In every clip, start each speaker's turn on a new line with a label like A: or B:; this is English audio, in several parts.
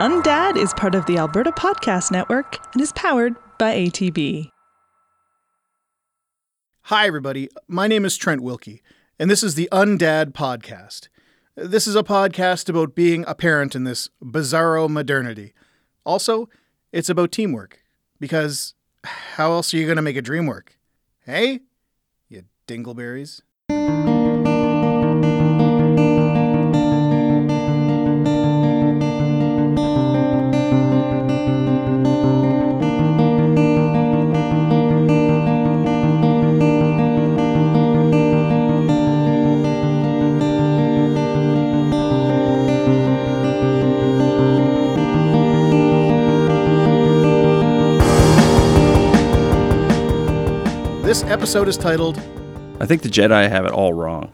A: Undad is part of the Alberta Podcast Network and is powered by ATB.
B: Hi, everybody. My name is Trent Wilkie, and this is the Undad Podcast. This is a podcast about being a parent in this bizarro modernity. Also, it's about teamwork, because how else are you going to make a dream work? Hey? You dingleberries. This episode is titled
C: I think the Jedi have it all wrong.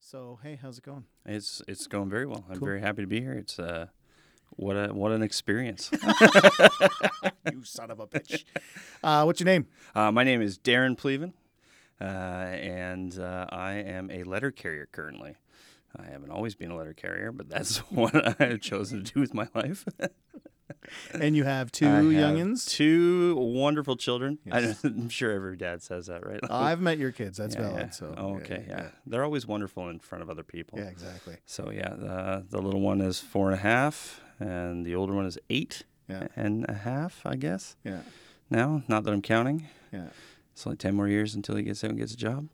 B: So, hey, how's it going?
C: It's it's going very well. I'm very happy to be here. It's uh, what a what an experience.
B: You son of a bitch. Uh, what's your name?
C: uh, my name is Darren Pleven, uh, and uh, I am a letter carrier currently. I haven't always been a letter carrier, but that's what I have chosen to do with my life.
B: And you have two
C: I have
B: youngins?
C: two wonderful children. I, am sure every dad says that, right?
B: I've met your kids. That's
C: Yeah,
B: valid.
C: yeah.
B: So,
C: Oh, okay, yeah. they're always wonderful in front of other people.
B: Yeah, exactly.
C: So yeah, the the little one is four and a half, and the older one is eight
B: Yeah.
C: and a half, I guess.
B: Yeah.
C: Now, not that I'm counting,
B: Yeah.
C: it's only ten more years until he gets out and gets a job.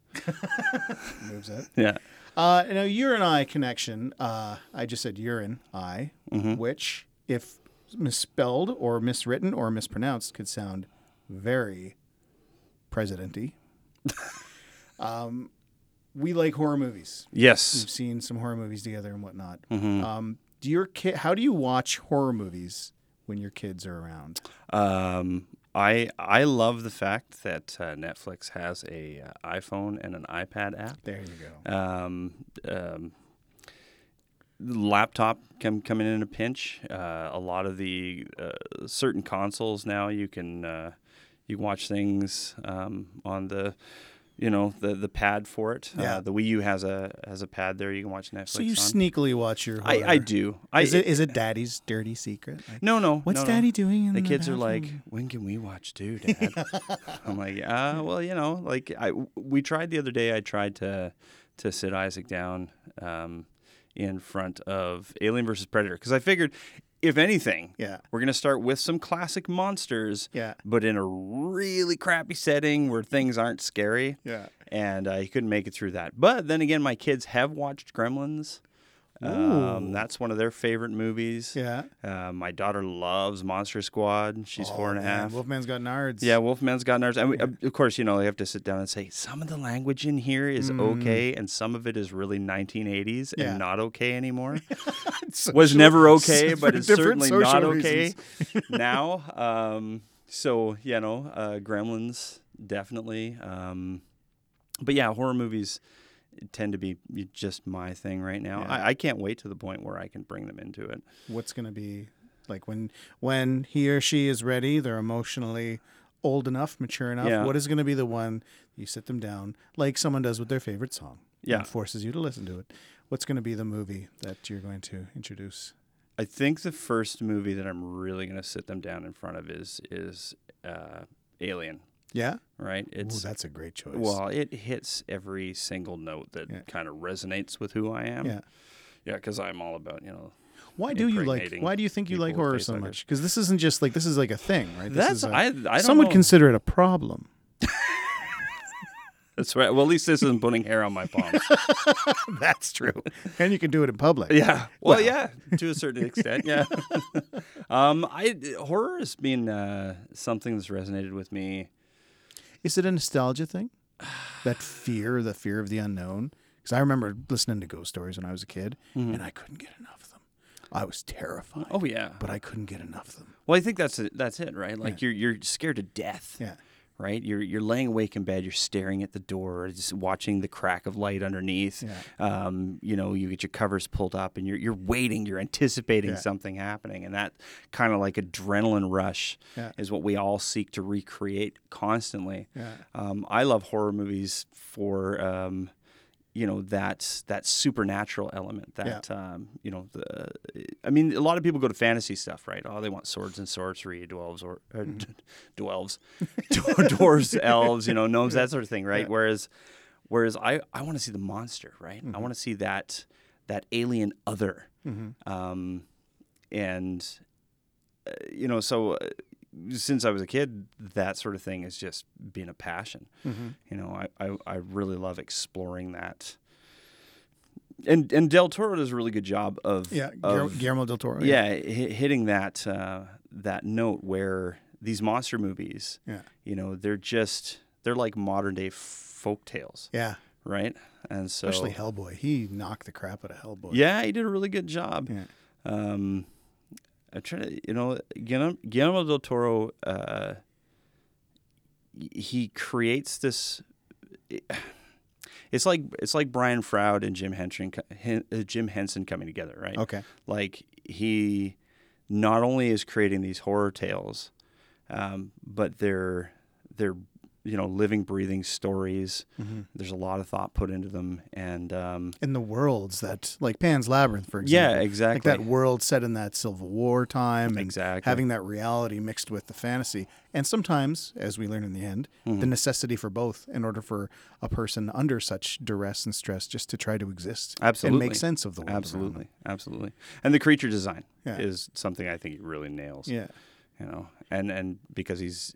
B: Moves it.
C: Yeah,
B: Uh, now, your and I connection. Uh, I just said urine, I,
C: Mm-hmm.
B: which, if misspelled or miswritten or mispronounced, could sound very presidenty. um, we like horror movies.
C: yes.
B: We've seen some horror movies together and whatnot.
C: Mm-hmm.
B: Um, do your ki- How do you watch horror movies when your kids are around?
C: Um, I I love the fact that uh, Netflix has a uh, iPhone and an iPad app.
B: There you go.
C: um, um, laptop come coming in a pinch. Uh, a lot of the uh, certain consoles now you can uh, you can watch things um, on the you know the the pad for it.
B: Yeah.
C: Uh, the Wii U has a has a pad there you can watch Netflix
B: So you
C: on.
B: sneakily watch your.
C: I,
B: Horror.
C: I do. I
B: Is it is it Daddy's dirty secret? Like,
C: no no.
B: What's
C: no, no.
B: Daddy doing? In
C: The kids are like,
B: bathroom?
C: when can we watch too, Dad? I'm like, uh, well, you know, like I we tried the other day. I tried to to sit Isaac down um, in front of Alien versus Predator because I figured, if anything,
B: Yeah.
C: we're gonna start with some classic monsters,
B: Yeah.
C: but in a really crappy setting where things aren't scary.
B: Yeah.
C: And uh, he couldn't make it through that. But then again, my kids have watched Gremlins. Um, that's one of their favorite movies.
B: Yeah.
C: Uh, my daughter loves Monster Squad. She's four and a half.
B: Oh, Wolfman's got nards.
C: yeah, Wolfman's got nerves. And we, uh, of course, you know, they have to sit down and say, some of the language in here is okay, and some of it is really 1980s
B: Mm. Yeah.
C: and not okay anymore.
B: It's
C: Was
B: social-
C: never okay,
B: for
C: but it's
B: different
C: certainly
B: social
C: not okay
B: reasons.
C: now. Um, so, you know, uh, Gremlins, definitely. Um, but yeah, horror movies tend to be just my thing right now.
B: Yeah.
C: I, I can't wait to the point where I can bring them into it.
B: What's gonna be like when when he or she is ready? They're emotionally old enough, mature enough.
C: Yeah.
B: What is gonna be the one you sit them down like someone does with their favorite song?
C: Yeah.
B: and forces you to listen to it. What's gonna be the movie that you're going to introduce?
C: I think the first movie that I'm really gonna sit them down in front of is is uh, Alien.
B: Yeah,
C: Right?
B: Ooh,
C: It's
B: that's a great choice.
C: well, it hits every single note that
B: Yeah.
C: kind of resonates with who I am.
B: Yeah.
C: because I'm all about you know.
B: why do you like?
C: impregnating
B: Why do you think you
C: people
B: like
C: with
B: horror
C: face
B: so
C: like
B: much? Because this isn't just like this is like a thing, right? This
C: That's
B: is a-
C: I. I don't
B: some would
C: know.
B: consider it a problem.
C: That's right. Well, at least this isn't putting hair on my palms.
B: that's true, and you can do it in public.
C: Yeah. Well, yeah, to a certain extent. Yeah. um, I horror has been uh, something that's resonated with me.
B: Is it a nostalgia thing? that fear, the fear of the unknown. Because I remember listening to ghost stories when I was a kid, and I couldn't get enough of them. I was terrified,
C: Mm-hmm. Oh yeah.
B: but I couldn't get enough of them.
C: Well, I think that's it. That's it, right? Like you're you're scared to death.
B: Yeah.
C: Right. You're you're laying awake in bed. You're staring at the door, just watching the crack of light underneath.
B: Yeah.
C: Um, you know, you get your covers pulled up, and you're you're waiting. You're anticipating
B: Yeah.
C: something happening, and that kind of like adrenaline rush
B: Yeah.
C: is what we all seek to recreate constantly.
B: Yeah.
C: Um, I love horror movies for. Um, you know that that supernatural element that um, you know the I mean a lot of people go to fantasy stuff right oh they want swords and sorcery dwarves or, or d- dwarves dwar- dwarves elves you know gnomes that sort of thing right whereas whereas I I want to see the monster right I want to see that that alien other um, and uh, you know so uh, since I was a kid, that sort of thing has just been a passion.
B: Mm-hmm.
C: You know, I, I, I really love exploring that. And and Del Toro does a really good job of
B: Yeah, Guillermo,
C: of,
B: Guillermo del Toro.
C: yeah hi- hitting that uh, that note where these monster movies,
B: Yeah.
C: you know, they're just they're like modern day folk tales,
B: Yeah.
C: right? And so
B: Especially Hellboy. He knocked the crap out of Hellboy.
C: yeah, he did a really good job.
B: Yeah.
C: Um, I'm trying to, you know, Guillermo, Guillermo del Toro, uh, y- he creates this. It's like it's like Brian Froud and Jim Henson, co- Hen- uh, Jim Henson coming together, right?
B: Okay.
C: Like he not only is creating these horror tales, um, but they're they're you know living, breathing stories.
B: Mm-hmm.
C: There's a lot of thought put into them, and um,
B: In the worlds that, like Pan's Labyrinth, for
C: Yeah,
B: example.
C: exactly.
B: Like that world set in that Civil War time. and
C: Exactly.
B: Having that reality mixed with the fantasy. And sometimes, as we learn in the end,
C: Mm-hmm.
B: the necessity for both in order for a person under such duress and stress just to try to exist
C: Absolutely.
B: and make sense of the world. around them.
C: Absolutely, absolutely. And the creature design
B: Yeah.
C: is something I think he really nails.
B: Yeah.
C: You know, and and because he's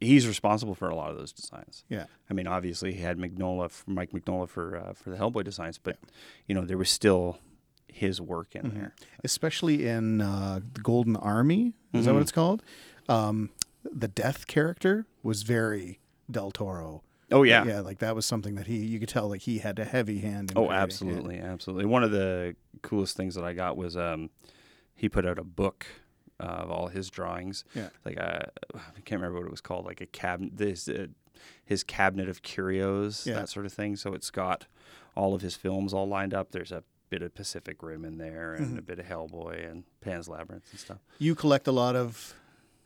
C: he's responsible for a lot of those designs.
B: Yeah.
C: I mean, obviously he had Magnola, Mike Magnola for uh, for the Hellboy designs, but you know there was still his work in
B: Mm-hmm.
C: there.
B: especially in uh, the Golden Army. Is
C: Mm-hmm.
B: that what it's called? Um, the death character was very Del Toro.
C: Oh yeah.
B: yeah, like that was something that he you could tell like he had a heavy hand. In
C: Oh,
B: creating.
C: absolutely, absolutely. One of the coolest things that I got was um, he put out a book uh, of all his drawings.
B: Yeah.
C: Like uh, I can't remember what it was called. Like a cabinet. This uh, his cabinet of curios,
B: Yeah.
C: that sort of thing. So it's got all of his films all lined up. There's a bit of Pacific Rim in there, and a bit of Hellboy and Pan's Labyrinth and stuff.
B: You collect a lot of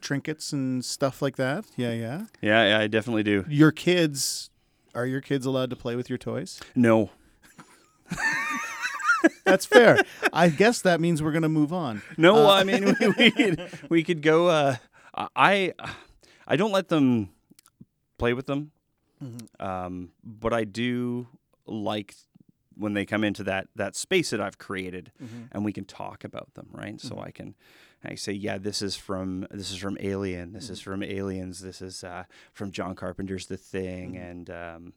B: trinkets and stuff like that. Yeah, yeah.
C: Yeah, yeah I definitely do.
B: Your kids are your kids allowed to play with your toys?
C: No,
B: That's fair. I guess that means we're gonna move on. Uh,
C: No, I mean we, we could we could go. Uh, I I don't let them play with them,
B: Mm-hmm,
C: um, but I do like when they come into that that space that I've created,
B: mm-hmm.
C: and we can talk about them, right? So I can I say, yeah, this is from this is from Alien, this is from Aliens, this is uh, from John Carpenter's The Thing, and um,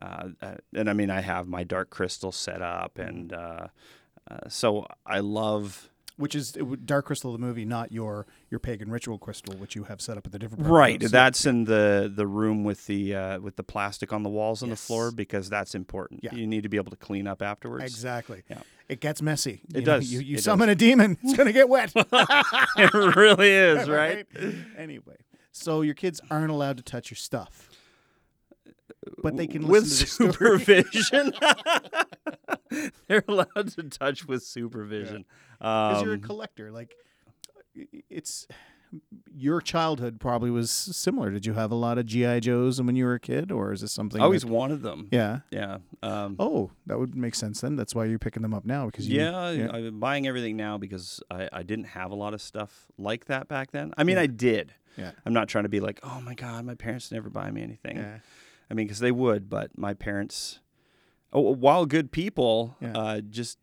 C: uh, uh, and I mean I have my Dark Crystal set up, and uh, uh, so I love.
B: Which is uh, Dark Crystal, the movie, not your your pagan ritual crystal, which you have set up at the different part of the
C: Right,
B: house.
C: that's in the the room with the uh, with the plastic on the walls and the floor because that's important.
B: Yeah.
C: You need to be able to clean up afterwards.
B: Exactly.
C: Yeah.
B: It gets messy. It
C: does.
B: You, you
C: It
B: summon a demon, it's going to get wet.
C: it really is, right?
B: Anyway, so your kids aren't allowed to touch your stuff. But they can listen to
C: with
B: the story.
C: supervision. They're allowed to touch with supervision. Um, Yeah.
B: 'Cause you're a collector. Like, i- i- it's your childhood probably was similar. Did you have a lot of GI Joes when you were a kid, or is this something?
C: I always
B: that-
C: wanted them.
B: yeah.
C: Yeah. Um,
B: Oh, that would make sense then. That's why you're picking them up now because you,
C: yeah, I- I'm buying everything now because I, I didn't have a lot of stuff like that back then. I mean, I did.
B: Yeah.
C: I'm not trying to be like, oh my God, my parents never buy me anything.
B: Yeah.
C: I mean, because they would, but my parents, oh, while good people,
B: Yeah.
C: uh, just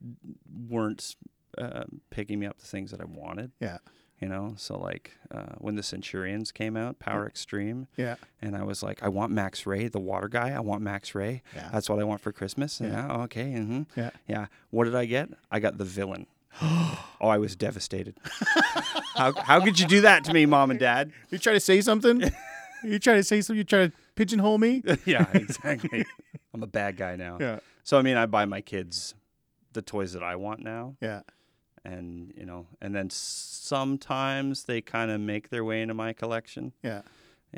C: weren't uh, picking me up the things that I wanted.
B: yeah,
C: You know, so like uh, when the Centurions came out, Power Extreme,
B: yeah.
C: and I was like, I want Max Ray, the water guy. I want Max Ray.
B: Yeah.
C: That's what I want for Christmas. Yeah. okay. Mm-hmm.
B: Yeah.
C: Yeah. What did I get? I got the villain. oh, I was devastated. how, how could you do that to me, mom and dad?
B: You trying to say something? you trying to say something? You trying to pigeonhole me?
C: yeah, exactly. I'm a bad guy now.
B: Yeah.
C: So I mean, I buy my kids the toys that I want now,
B: Yeah.
C: and you know, and then sometimes they kind of make their way into my collection.
B: Yeah.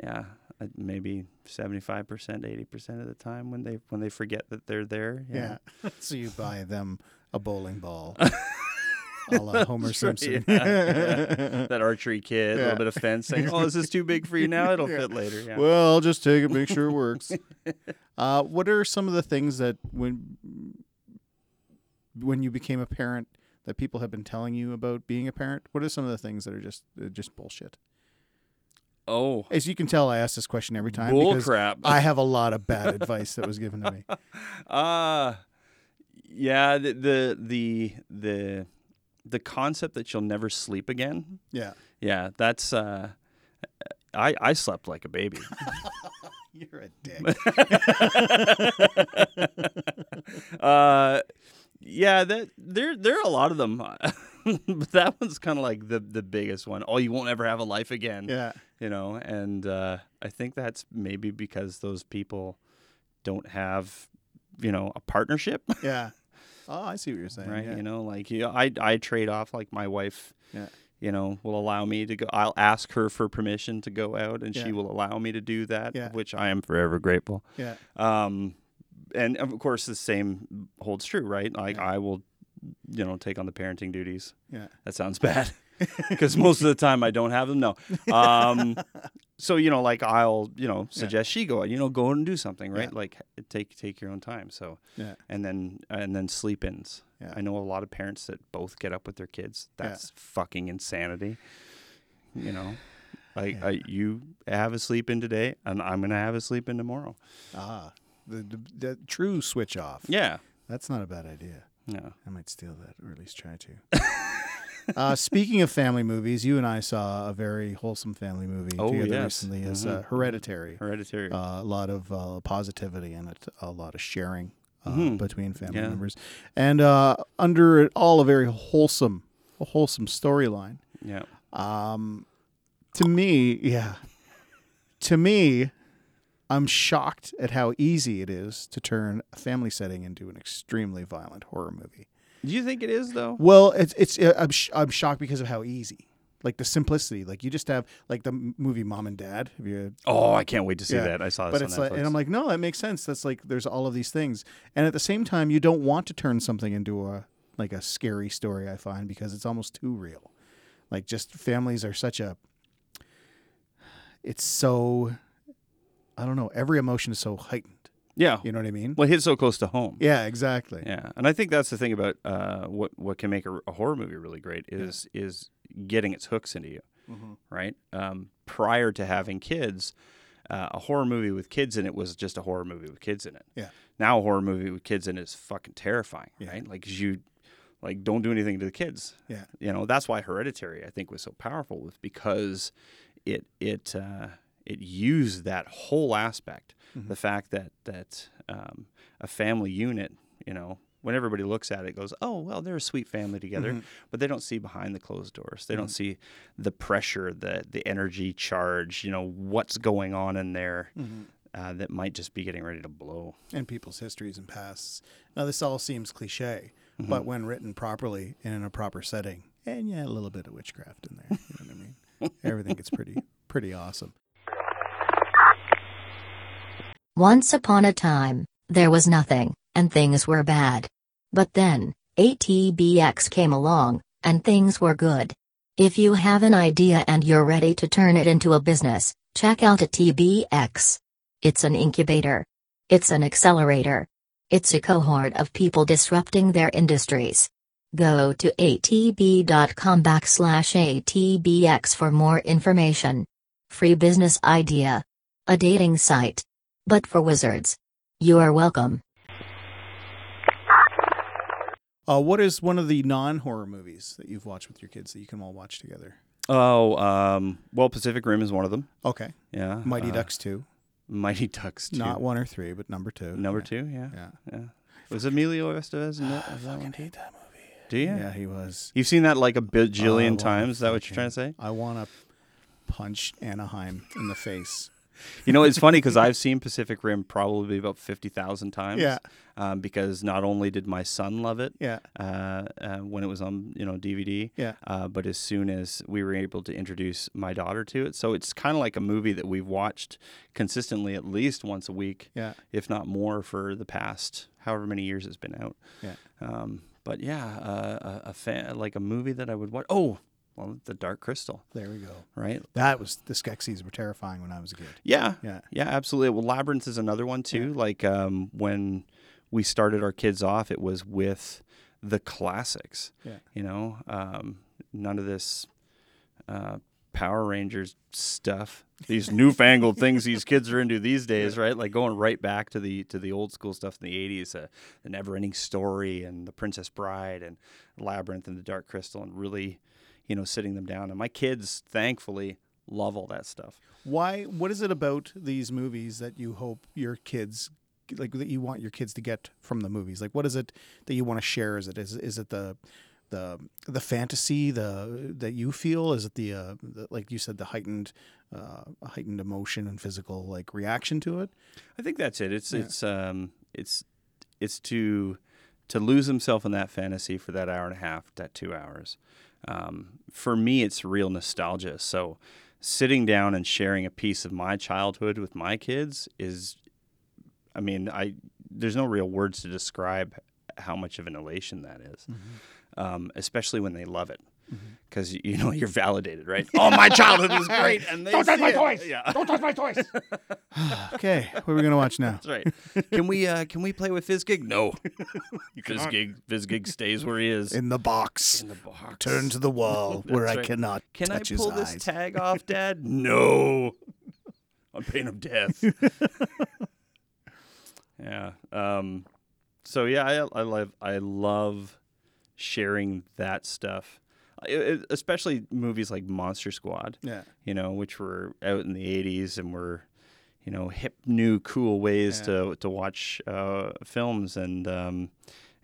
C: yeah uh, maybe 75% 80% of the time when they when they forget that they're there
B: Yeah. so you buy them a bowling ball. a la Homer Simpson.
C: that archery kid a
B: Yeah.
C: little bit of fencing oh is this too big for you now it'll fit later yeah
B: Well, I'll just take it, make sure it works. uh, what are some of the things that when when you became a parent that people have been telling you about being a parent? What are some of the things that are just uh, just bullshit?
C: Oh,
B: As you can tell, I ask this question every time
C: Bull
B: because
C: crap.
B: I have a lot of bad advice that was given to me.
C: uh yeah, the, the the the the concept that you'll never sleep again.
B: Yeah,
C: Yeah, that's uh I I slept like a baby.
B: you're a dick.
C: uh yeah, that there there are a lot of them. but that one's kind of like the the biggest one. Oh, you won't ever have a life again.
B: yeah,
C: you know and uh, i think that's maybe because those people don't have you know a partnership
B: yeah. Oh, I see what you're saying.
C: right
B: yeah.
C: you know like you i i trade off like my wife
B: Yeah.
C: you know will allow me to go i'll ask her for permission to go out and
B: Yeah.
C: she will allow me to do that
B: Yeah.
C: which i am forever grateful
B: Yeah,
C: um and of course the same holds true right like i will you know take on the parenting duties
B: yeah,
C: that sounds bad because most of the time I don't have them. No. Um, so you know, like I'll you know suggest she go out. You know, go out and do something, right? Like take take your own time. So
B: yeah,
C: and then and then sleep ins.
B: Yeah.
C: I know a lot of parents that both get up with their kids.
B: Yeah.
C: That's fucking insanity. You know. Like I, you have a sleep in today, and I'm gonna have a sleep in tomorrow.
B: Ah, the, the, the true switch off.
C: Yeah,
B: That's not a bad idea.
C: yeah.
B: I might steal that, or at least try to. uh, speaking of family movies, you and I saw a very wholesome family movie
C: Oh,
B: together
C: yes.
B: recently as uh, Hereditary.
C: Hereditary.
B: Uh, a lot of uh, positivity in it, a lot of sharing uh, between family
C: Mm-hmm. Yeah.
B: members, and uh, under it all, a very wholesome, a wholesome storyline. Um,
C: yeah.
B: To me, yeah. To me, I'm shocked at how easy it is to turn a family setting into an extremely violent horror movie.
C: Do you think it is though?
B: Well, it's it's uh, I'm sh- I'm shocked because of how easy, like the simplicity. Like you just have like the m- movie Mom and Dad. Have you?
C: Oh, I can't wait to see
B: Yeah.
C: that. I saw this
B: But it's
C: on
B: like,
C: Netflix.
B: and I'm like, no, that makes sense. That's like, there's all of these things, and at the same time, you don't want to turn something into a like a scary story. I find because it's almost too real. Like, just families are such a. It's so, I don't know. Every emotion is so heightened.
C: yeah.
B: You know what I mean?
C: Well, hit so close to home.
B: Yeah, exactly.
C: Yeah, and I think that's the thing about uh, what what can make a, a horror movie really great is is getting its hooks into you,
B: Mm-hmm.
C: right? Um, prior to having kids, uh, a horror movie with kids in it was just a horror movie with kids in it.
B: Yeah.
C: Now a horror movie with kids in it is fucking terrifying,
B: Yeah.
C: right? Like 'cause you, like don't do anything to the kids.
B: Yeah.
C: You know that's why Hereditary I think was so powerful was because it it uh, it used that whole aspect,
B: Mm-hmm.
C: the fact that that um, a family unit, you know, when everybody looks at it, goes, oh well, they're a sweet family together, but they don't see behind the closed doors. They don't see the pressure, the the energy charge, you know, what's going on in there.
B: Mm-hmm.
C: Uh, that might just be getting ready to blow.
B: and people's histories and pasts. Now, this all seems cliche,
C: Mm-hmm.
B: but when written properly and in a proper setting, and yeah, a little bit of witchcraft in there. You know what I mean? Everything gets pretty, pretty awesome.
D: Once upon a time, there was nothing, and things were bad. But then, ATBX came along, and things were good. If you have an idea and you're ready to turn it into a business, check out ATBX. It's an incubator. It's an accelerator. It's a cohort of people disrupting their industries. Go to atb.com backslash ATBX for more information. Free business idea. A dating site but for wizards. You are welcome.
B: Uh, what is one of the non-horror movies that you've watched with your kids that you can all watch together?
C: Oh, um, well, Pacific Rim is one of them.
B: Okay,
C: Yeah,
B: Mighty
C: uh,
B: Ducks two,
C: Mighty Ducks. Two.
B: not one or three, but number two.
C: number
B: yeah.
C: two. Yeah,
B: Yeah.
C: yeah. Was Emilio Estevez in that? was that one too?
B: that movie.
C: Do you?
B: Yeah, Oh, he was.
C: You've seen that like a
B: I
C: bajillion
B: wanna
C: times. Is that what you're trying to say?
B: I want to punch Anaheim in the face.
C: You know, it's funny because I've seen Pacific Rim probably about 50,000 times.
B: Yeah.
C: Um, because not only did my son love it
B: Yeah.
C: uh, uh, when it was on, you know, DVD,
B: Yeah.
C: uh, but as soon as we were able to introduce my daughter to it. So it's kind of like a movie that we've watched consistently at least once a week,
B: Yeah.
C: if not more, for the past however many years it's been out.
B: Yeah.
C: Um, but yeah, uh, a, a fan, like a movie that I would watch. Oh, well, The Dark Crystal,
B: There we go.
C: right?
B: That was the Skeksis were terrifying when I was a kid.
C: Yeah.
B: Yeah.
C: Yeah, absolutely. Well, Labyrinth is another one too. Like um, when we started our kids off, it was with the classics.
B: Yeah.
C: You know, um, none of this uh, Power Rangers stuff. These newfangled things these kids are into these days, right? Like going right back to the to the old school stuff in the '80s, uh, the Neverending Story and the Princess Bride and Labyrinth and the Dark Crystal, and really, you know, sitting them down. And my kids, thankfully, love all that stuff.
B: Why? What is it about these movies that you hope your kids, like that you want your kids to get from the movies? Like, what is it that you want to share? Is it is is it the the the fantasy the that you feel? Is it the, uh, the like you said the heightened uh, heightened emotion and physical like reaction to it?
C: I think that's it. It's it's um it's it's to to lose himself in that fantasy for that hour and a half, that two hours. Um, for me, it's real nostalgia. So sitting down and sharing a piece of my childhood with my kids is, I mean, I there's no real words to describe how much of an elation that is. um, especially when they love it. Because you know you're validated, right? oh, my childhood was great, and they don't touch my toys. Yeah,
B: Okay, what are we gonna watch now?
C: that's right. Can we uh, can we play with Fizgig? No. Fizgig Fizgig stays where he is.
B: In the box.
C: the box.
B: Turn to the wall where
C: That's
B: I
C: right.
B: cannot
C: Can I
B: touch his
C: pull this
B: eyes.
C: tag off, Dad? no. On pain of death. yeah. Um, so yeah, I, I love I love sharing that stuff, I- I- especially movies like Monster Squad
B: yeah.
C: you know, which were out in the 80s and were, you know, hip, new, cool ways to, to watch uh, films and um,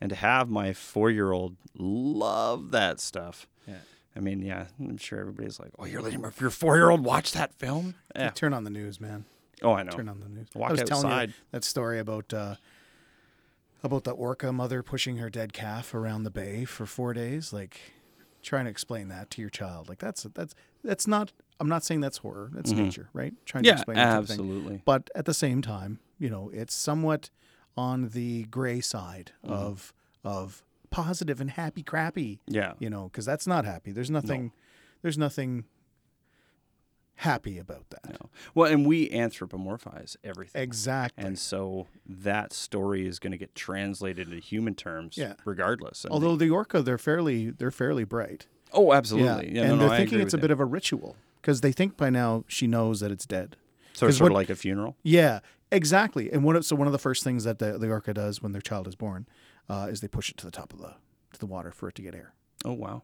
C: and to have my four year old love that stuff.
B: Yeah.
C: I mean, yeah, I'm sure everybody's like, oh, you're letting my- your four year old watch that film? Yeah.
B: Turn on the news, man.
C: Oh, I know.
B: Turn on the news.
C: Walk
B: I was telling you
C: outside.
B: that story about uh, about the orca mother pushing her dead calf around the bay for four days. Like trying to explain that to your child. Like that's that's that's not. I'm not saying that's horror. That's nature, right? Trying to
C: Mm-hmm. Yeah,
B: explain that type of thing.
C: absolutely.
B: But at the same time, you know, it's somewhat on the gray side
C: Mm-hmm.
B: of of positive and happy crappy.
C: Yeah.
B: You know, because that's not happy. There's nothing. There's nothing happy about that.
C: No. Well, and we anthropomorphize everything.
B: Exactly.
C: And so that story is going to get translated into human terms
B: Yeah.
C: regardless. And-
B: Although the orca, they're fairly they're fairly bright.
C: oh, absolutely. Yeah. no,
B: and
C: no,
B: they're
C: I
B: thinking
C: agree
B: it's a
C: with
B: bit
C: you.
B: of a ritual because they think by now she knows that it's dead.
C: So it's
B: 'cause
C: sort of
B: what-
C: like a funeral.
B: Yeah, exactly. And one of, so one of the first things that the, the orca does when their child is born uh, is they push it to the top of the to the water for it to get air.
C: Oh, wow.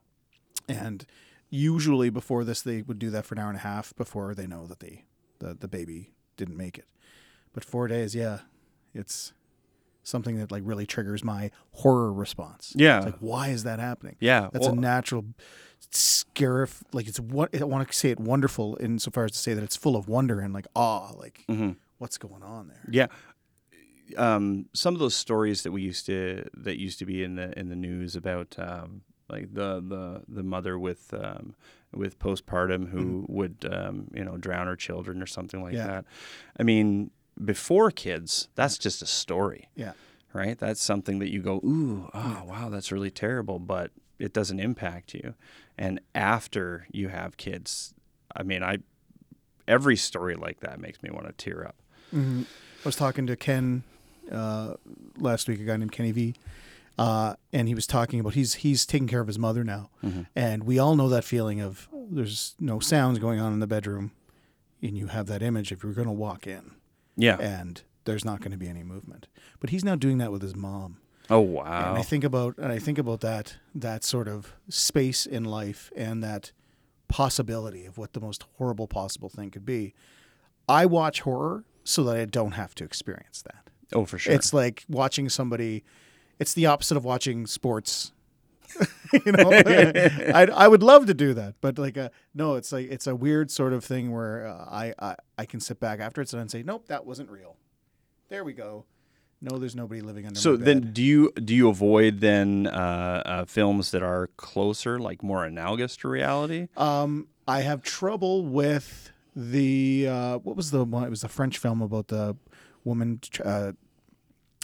B: And usually before this, they would do that for an hour and a half before they know that they the, the baby didn't make it. But four days, yeah, it's something that like really triggers my horror response.
C: Yeah.
B: It's like, why is that happening?
C: Yeah,
B: That's
C: well-
B: a natural scarif. Like it's what I want to say it wonderful insofar as to say that it's full of wonder and like awe. Like what's going on there?
C: Yeah. Um, some of those stories that we used to that used to be in the in the news about um, like the, the the mother with um, with postpartum who would um, you know drown her children or something like
B: Yeah.
C: that. I mean, before kids, that's just a story,
B: Yeah.
C: right? That's something that you go, ooh, oh, wow, that's really terrible, but it doesn't impact you. And after you have kids, I mean, I every story like that makes me want to tear up.
B: I was talking to Ken uh, last week, a guy named Kenny V, uh, and he was talking about he's he's taking care of his mother now,
C: Mm-hmm.
B: and we all know that feeling of there's no sounds going on in the bedroom, and you have that image if you're going to walk in
C: Yeah.
B: and there's not going to be any movement. But he's now doing that with his mom.
C: Oh wow!
B: And I think about and I think about that that sort of space in life and that possibility of what the most horrible possible thing could be. I watch horror so that I don't have to experience that.
C: oh, for sure.
B: It's like watching somebody. It's the opposite of watching sports. you know, I I would love to do that, but like uh no, it's like it's a weird sort of thing where uh, I, I I can sit back after it's done and say, nope, that wasn't real. There we go. No, there's nobody living under.
C: so
B: my
C: then,
B: bed.
C: do you do you avoid then uh, uh, films that are closer, like more analogous to reality?
B: um, I have trouble with the uh, what was the one? It was the French film about the woman uh,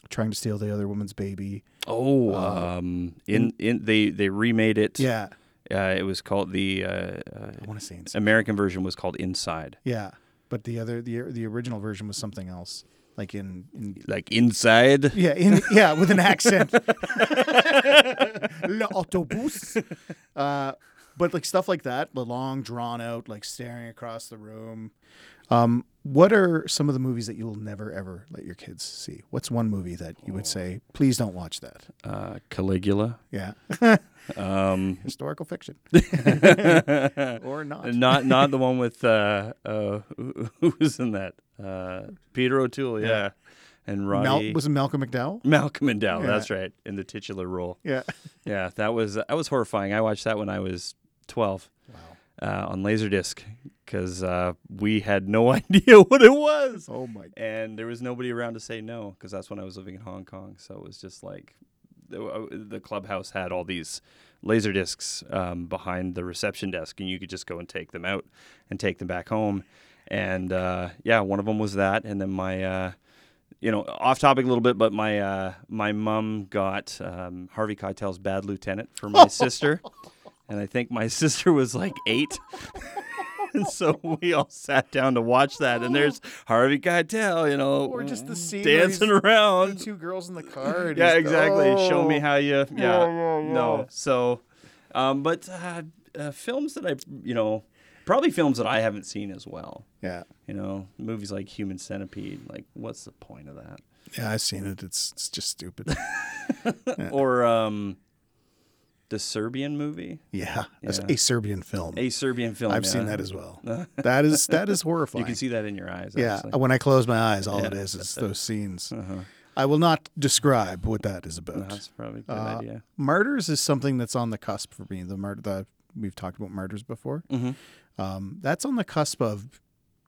B: trying to steal the other woman's baby.
C: oh, um, in in they they remade it.
B: uh, Yeah,
C: uh, it was called the uh, uh,
B: I want to say. Inside.
C: American version was called Inside.
B: Yeah, but the other the the original version was something else. like in, in
C: Like inside.
B: yeah, in, yeah, with an accent. Le autobus. Uh, but like stuff like that, the long drawn out, like staring across the room. Um, what are some of the movies that you'll never ever let your kids see? What's one movie that you would say, please don't watch that?
C: Uh, Caligula.
B: Yeah,
C: Um,
B: historical fiction or not.
C: not not the one with uh, uh, who who was in that? Uh, Peter O'Toole, yeah, and
B: Mal-
C: Roddy
B: was it Malcolm McDowell?
C: Malcolm and Dow.
B: Yeah.
C: That's right, in the titular role.
B: Yeah.
C: Yeah, that was that was horrifying. I watched that when I was twelve uh, on Laserdisc because uh, we had no idea what it was,
B: Oh my.
C: and there was nobody around to say no because that's when I was living in Hong Kong. So it was just like the, uh, the clubhouse had all these laser discs um, behind the reception desk, and you could just go and take them out and take them back home. And uh, yeah, one of them was that, and then my. Uh, you know, off topic a little bit, but my uh, my mom got um, Harvey Keitel's Bad Lieutenant for my sister, and I think my sister was like eight, and so we all sat down to watch that. And there's Harvey Keitel, you know, mm,
B: Or just the scene where he's-
C: dancing
B: The
C: around.
B: two girls in the car. and
C: yeah,
B: he's-
C: exactly. Show me
B: Oh.
C: how you. Yeah, no. So, um, but uh, uh, films that I, you know, probably films that I haven't seen as well.
B: Yeah.
C: You know, movies like Human Centipede. Like, what's the point of that?
B: Yeah, I've seen it. It's it's just stupid.
C: or um, the Serbian movie,
B: Yeah, that's
C: Yeah.
B: a Serbian film.
C: a Serbian film.
B: I've seen
C: yeah.
B: that as well. that is that is horrifying.
C: You can see that in your eyes.
B: yeah,
C: actually.
B: when I close my eyes, all it is is those scenes.
C: Uh-huh.
B: I will not describe what that is about.
C: that's probably a good
B: Uh,
C: idea.
B: Martyrs is something that's on the cusp for me. The murder the we've talked about martyrs before.
C: Mhm.
B: Um, that's on the cusp of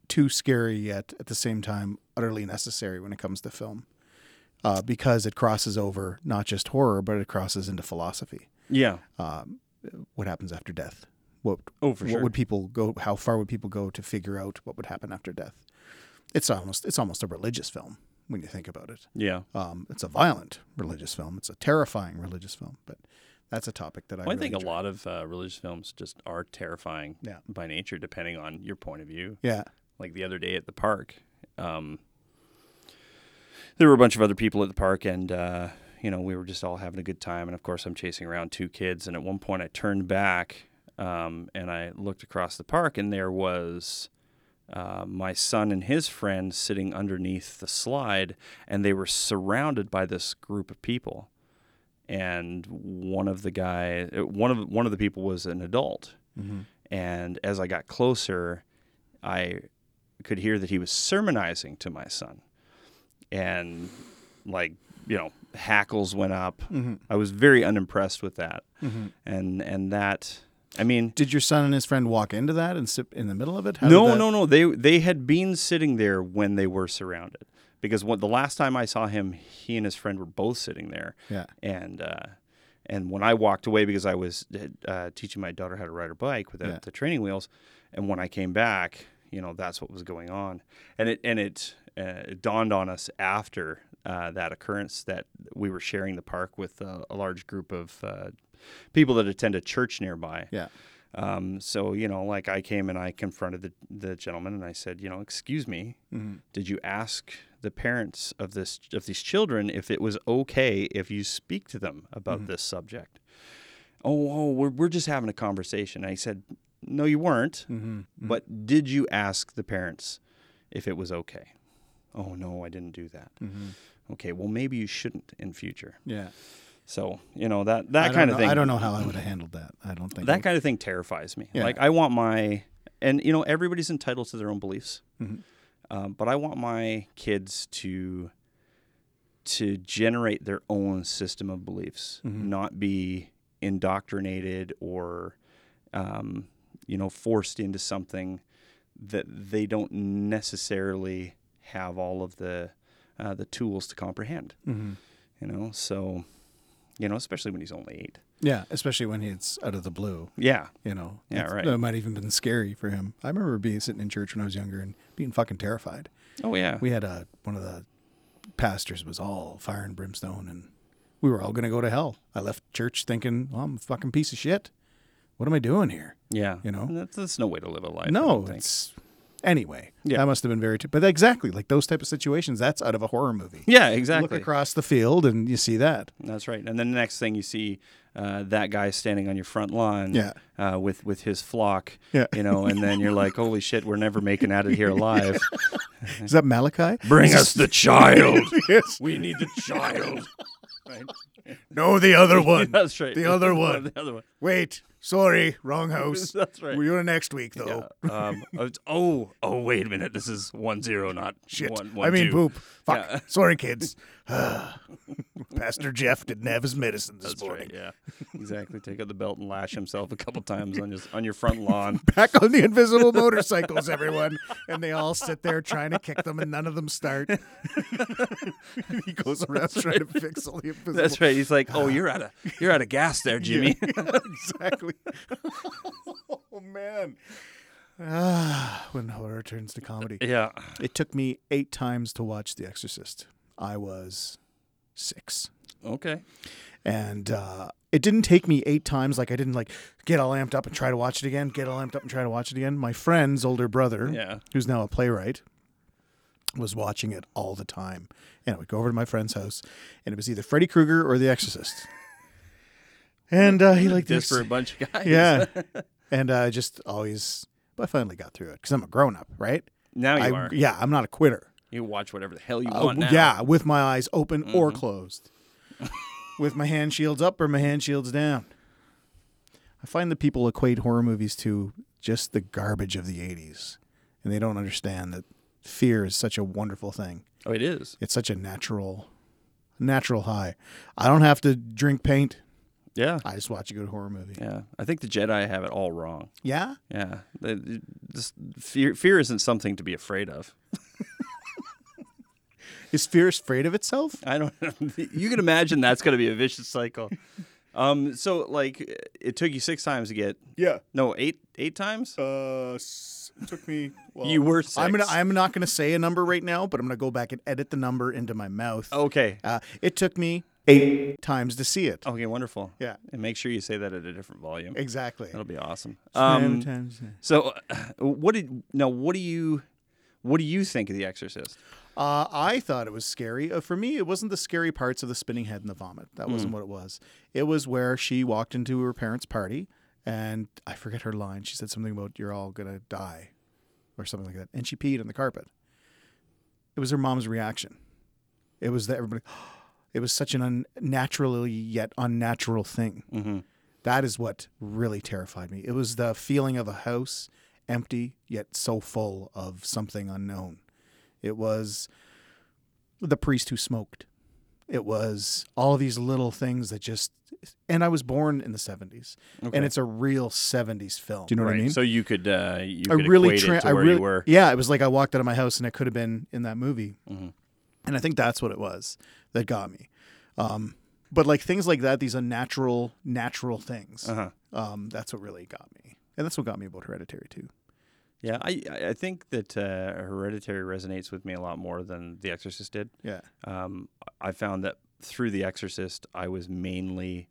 B: too scary yet at the same time utterly necessary when it comes to film, uh, because it crosses over not just horror but it crosses into philosophy.
C: Yeah.
B: Um, what happens after death? What
C: Oh, for
B: what
C: sure.
B: would people go? How far would people go to figure out what would happen after death? It's almost it's almost a religious film when you think about it.
C: yeah.
B: Um, it's a violent religious film. It's a terrifying religious film, but that's a topic that I.
C: Well, I
B: really
C: think a
B: enjoy.
C: lot of uh, religious films just are terrifying
B: Yeah.
C: by nature, depending on your point of view.
B: Yeah,
C: Like the other day at the park, um, there were a bunch of other people at the park, and uh, you know we were just all having a good time. And of course, I'm chasing around two kids, and at one point I turned back um, and I looked across the park, and there was uh, my son and his friend sitting underneath the slide, and they were surrounded by this group of people. And one of the guy, uh, one of one of the people was an adult, and as I got closer, I could hear that he was sermonizing to my son, and like you know, hackles went up. I was very unimpressed with that, and and that. I mean,
B: Did your son and his friend walk into that and sit in the middle of it? How
C: no,
B: did that-
C: no, no. They they had been sitting there when they were surrounded because what the last time I saw him, he and his friend were both sitting there.
B: Yeah.
C: And uh, and when I walked away because I was uh, teaching my daughter how to ride her bike without
B: Yeah.
C: the training wheels, and when I came back, you know, that's what was going on, and it and it, uh, it dawned on us after. Uh, that occurrence that we were sharing the park with a, a large group of uh, people that attend a church nearby,
B: Yeah,
C: um, so you know, like I came and I confronted the, the gentleman and I said, you know, excuse me,
B: Mm-hmm.
C: did you ask the parents of this of these children if it was okay if you speak to them about
B: Mm-hmm.
C: this subject? Oh, oh, we're we're just having a conversation. I said, no, you weren't.
B: Mm-hmm.
C: But did you ask the parents if it was okay? Oh no, I didn't do that. Okay, well maybe you shouldn't in future.
B: Mm-hmm. yeah.
C: So you know that
B: I
C: that
B: don't
C: kind
B: know-
C: of thing
B: I don't know how I would have handled that. I don't think
C: that kind of thing terrifies me.
B: Yeah.
C: Like I want my, and you know, everybody's entitled to their own beliefs,
B: Mm-hmm.
C: um, but I want my kids to to generate their own system of beliefs, not be indoctrinated or, um, you know, forced into something that they don't necessarily have all of the uh, the tools to comprehend. You know, so you know, especially when he's only eight.
B: Yeah, especially when it's out of the blue.
C: Yeah,
B: You know,
C: Yeah,
B: It's-
C: right.
B: That might even been scary for him. I remember being sitting in church when I was younger and being fucking terrified.
C: Oh yeah.
B: We had a one of the pastors was all fire and brimstone, and we were all gonna go to hell. I left church thinking, well, I'm a fucking piece of shit. What am I doing here?
C: yeah.
B: you know?
C: And that's, that's no way to live a life. I
B: no,
C: don't think.
B: it's Anyway,
C: Yeah.
B: that must have been very. T- but exactly like those type of situations, that's out of a horror movie.
C: Yeah, exactly.
B: Look across the field and you see that.
C: That's right. And then the next thing you see, uh, that guy standing on your front lawn,
B: Yeah.
C: uh, with with his flock,
B: Yeah.
C: you know. And then you're like, holy shit, we're never making out of here alive.
B: Is that Malachi?
C: Mm-hmm. Bring us the child.
B: yes.
C: we need the child. Right?
B: No, the other one.
C: That's right.
B: The other one.
C: the other one.
B: Wait. Sorry, wrong house.
C: That's right.
B: We're next week though.
C: Um, oh, it's- oh, oh, wait a minute. This is one zero, not
B: Shit.
C: One, one,
B: I mean,
C: two.
B: poop. Fuck.
C: Yeah.
B: Sorry, kids. Pastor Jeff didn't have his medicine this
C: That's
B: morning.
C: right. Yeah, exactly. Take out the belt and lash himself a couple times on his on your front lawn.
B: Back on the invisible motorcycles, everyone. And they all sit there trying to kick them, and none of them start. he goes around trying to fix all the invisible.
C: That's right. He's like, oh, you're out of you're out of gas there, Jimmy.
B: exactly. oh, man. Ah, when horror turns to comedy.
C: Yeah.
B: It took me eight times to watch The Exorcist. I was six.
C: Okay.
B: and uh, it didn't take me eight times. Like I didn't like get all amped up and try to watch it again. Get all amped up and try to watch it again. My friend's older brother,
C: Yeah.
B: who's now a playwright, was watching it all the time. And I would go over to my friend's house, and it was either Freddy Krueger or The Exorcist. And uh, he liked
C: Just
B: this,
C: for a bunch of guys.
B: yeah. and I just always, but I finally got through it because I'm a grown up, right?
C: Now Oh, you
B: I,
C: are.
B: Yeah, I'm not a quitter.
C: You watch whatever the hell you
B: Uh,
C: want now. Mm-hmm.
B: yeah, with my eyes open or closed. with my hand shields up or my hand shields down. I find that people equate horror movies to just the garbage of the 80s, and they don't understand that fear is such a wonderful thing.
C: Oh, it is.
B: It's such a natural natural high. I don't have to drink paint.
C: Yeah.
B: I just watch a good horror movie.
C: Yeah. I think the Jedi have it all wrong.
B: Yeah?
C: Yeah. They- they- This fear, fear isn't something to be afraid of.
B: Is fear afraid of itself?
C: I don't. you can imagine that's going to be a vicious cycle. Um. So like, it took you six times to get.
B: Yeah.
C: No, eight. Eight times.
B: Uh s- took me well,
C: You were
B: Oh, I'm going
C: six.
B: I'm not going to say a number right now, but I'm going to go back and edit the number into my mouth.
C: Okay.
B: Uh, it took me eight times to see it.
C: Okay. Wonderful.
B: Yeah.
C: And make sure you say that at a different volume.
B: Exactly.
C: That'll be awesome.
B: Nine
C: Oh. Um.
B: times.
C: So, uh, what did now? What do you? What do you think of The Exorcist?
B: Uh, I thought it was scary. Uh, for me, it wasn't the scary parts of the spinning head and the vomit.
C: Hmm.
B: That wasn't what it was. It was where she walked into her parents' party, and I forget her line. She said something about "You're all gonna die," or something like that, and she peed on the carpet. It was her mom's reaction. It was that everybody. It was such an unnatural yet unnatural thing.
C: Mm-hmm.
B: That is what really terrified me. It was the feeling of a house empty yet so full of something unknown. It was the priest who smoked. It was all of these little things that just and I was born in the 70s
C: Okay.
B: and it's a real 70s film. Do you know what I
C: Right,
B: mean?
C: So you could uh, you
B: I
C: could
B: really
C: equate it
B: tra-
C: to
B: I
C: where
B: really
C: you were.
B: Yeah, it was like I walked out of my house and I could have been in that movie.
C: Mhm.
B: And I think that's what it was that got me. Um, but like things like that, these unnatural natural things.
C: Uh-huh.
B: Um, that's what really got me. And that's what got me about Hereditary too.
C: Yeah, I I I think that uh, Hereditary resonates with me a lot more than The Exorcist did.
B: Yeah.
C: Um, I found that through The Exorcist, I was mainly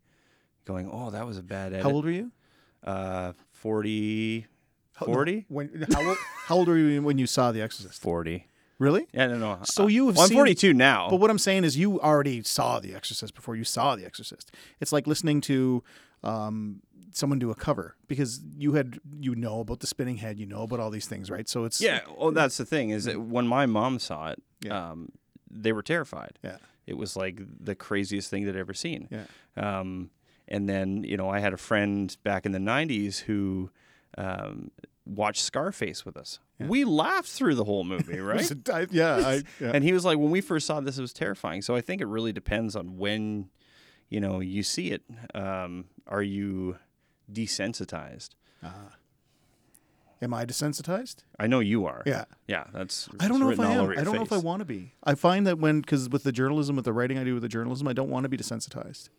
C: going, "Oh, that was a bad edit."
B: How old were you?
C: Uh, 40,
B: How-
C: 40?
B: When how old, how old were you when you saw The Exorcist?
C: 40.
B: Really?
C: Yeah, no, no.
B: So
C: uh,
B: you have
C: well,
B: seen-
C: I'm 42 now.
B: But what I'm saying is, you already saw The Exorcist before you saw The Exorcist. It's like listening to um, someone do a cover because you had you know about the spinning head, you know about all these things, right? So it's
C: yeah. Oh, that's the thing is that when my mom saw it,
B: Yeah.
C: um, they were terrified.
B: yeah,
C: It was like the craziest thing they'd ever seen.
B: yeah.
C: Um, and then, you know, I had a friend back in the 90s who um, watched Scarface with us. We laughed through the whole movie,
B: It was
C: right?
B: a di- yeah, I, yeah.
C: and he was like, when we first saw this, it was terrifying. So I think it really depends on when, you know, you see it. Um, are you desensitized?
B: Am I desensitized?
C: I know you are.
B: Yeah.
C: Yeah. That's
B: I don't
C: it's
B: know if
C: written
B: I
C: all
B: am.
C: over
B: I
C: your
B: don't know if I
C: face.
B: want to be. I find that when because with the journalism, with the writing I do with the journalism, I don't want to be desensitized.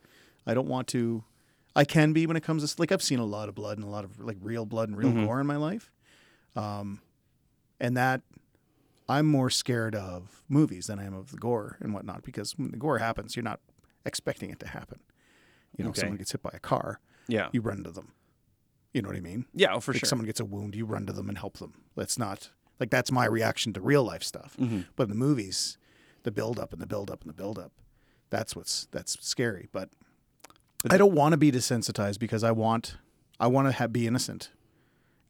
B: I don't want to. I can be when it comes to like I've seen a lot of blood and a lot of like real blood and real
C: Mm-hmm.
B: gore in my life, um, and that I'm more scared of movies than I am of the gore and whatnot because when the gore happens, you're not expecting it to happen. You know, if
C: Okay.
B: someone gets hit by a car,
C: Yeah.
B: you run to them. You know what I mean?
C: Yeah, oh, for
B: if
C: sure.
B: someone gets a wound, you run to them and help them. Let's not Like that's my reaction to real life stuff.
C: Mm-hmm.
B: But in the movies, the build up and the build up and the build up. That's what's that's scary. But, I don't want to be desensitized because I want I want to ha- be innocent.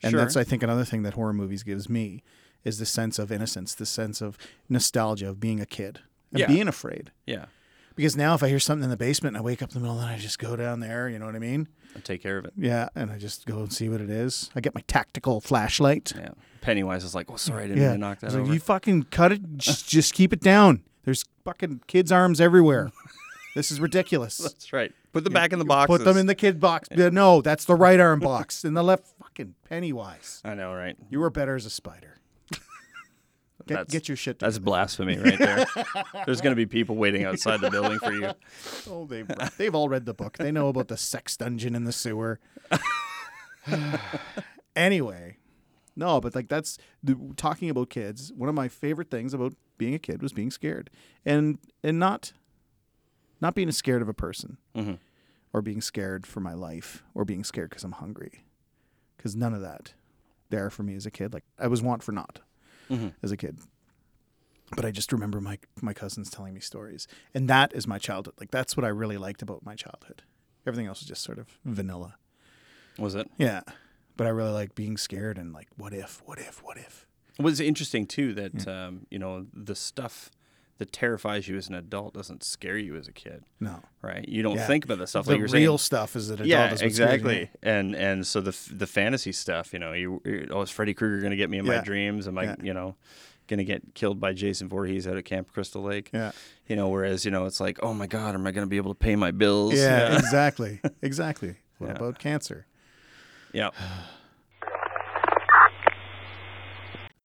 B: And
C: Sure.
B: that's I think another thing that horror movies gives me is the sense of innocence, the sense of nostalgia of being a kid and
C: Yeah.
B: being afraid.
C: Yeah.
B: Because now if I hear something in the basement and I wake up in the middle of the night, I just go down there, you know what I mean?
C: I'll take care of it.
B: Yeah, and I just go and see what it is. I get my tactical flashlight.
C: Yeah. Pennywise is like, well, sorry, I didn't mean
B: Yeah.
C: to knock that
B: It's like,
C: over.
B: You fucking cut it. Just, just keep it down. There's fucking kids' arms everywhere. this is ridiculous.
C: That's right. Put them back in the box.
B: Put them in the kid box. Yeah, No, that's the right arm box. In the left, fucking Pennywise.
C: I know, right?
B: You were better as a spider. Get,
C: That's-
B: get your shit.
C: That's blasphemy right there. There's going to be people waiting outside the building for you.
B: Oh, they've, they've all read the book. They know about the sex dungeon in the sewer. anyway, no, but like that's the, talking about kids. One of my favorite things about being a kid was being scared and and not not being scared of a person
C: Mhm.
B: or being scared for my life or being scared because I'm hungry. Because none of that there for me as a kid. Like I was want for naught as a kid but I just remember my my cousins telling me stories, and that is my childhood. Like that's what I really liked about my childhood. Everything else was just sort of vanilla.
C: Was it?
B: Yeah, but I really liked being scared and like, what if, what if, what if?
C: What's interesting too that um, you know the stuff that terrifies you as an adult doesn't scare you as a kid,
B: No,
C: right? You don't
B: Yeah.
C: think about that stuff
B: the
C: like you're saying.
B: real stuff is that adult
C: yeah,
B: is what scares
C: exactly.
B: me.
C: And and so the f- the fantasy stuff, you know, you you're, oh, is Freddy Krueger going to get me in my
B: Yeah.
C: dreams? Am I,
B: Yeah.
C: you know, going to get killed by Jason Voorhees out at Camp Crystal Lake?
B: Yeah,
C: You know, whereas you know it's like, oh my God, am I going to be able to pay my bills?
B: yeah, exactly, exactly. What about cancer?
C: yeah.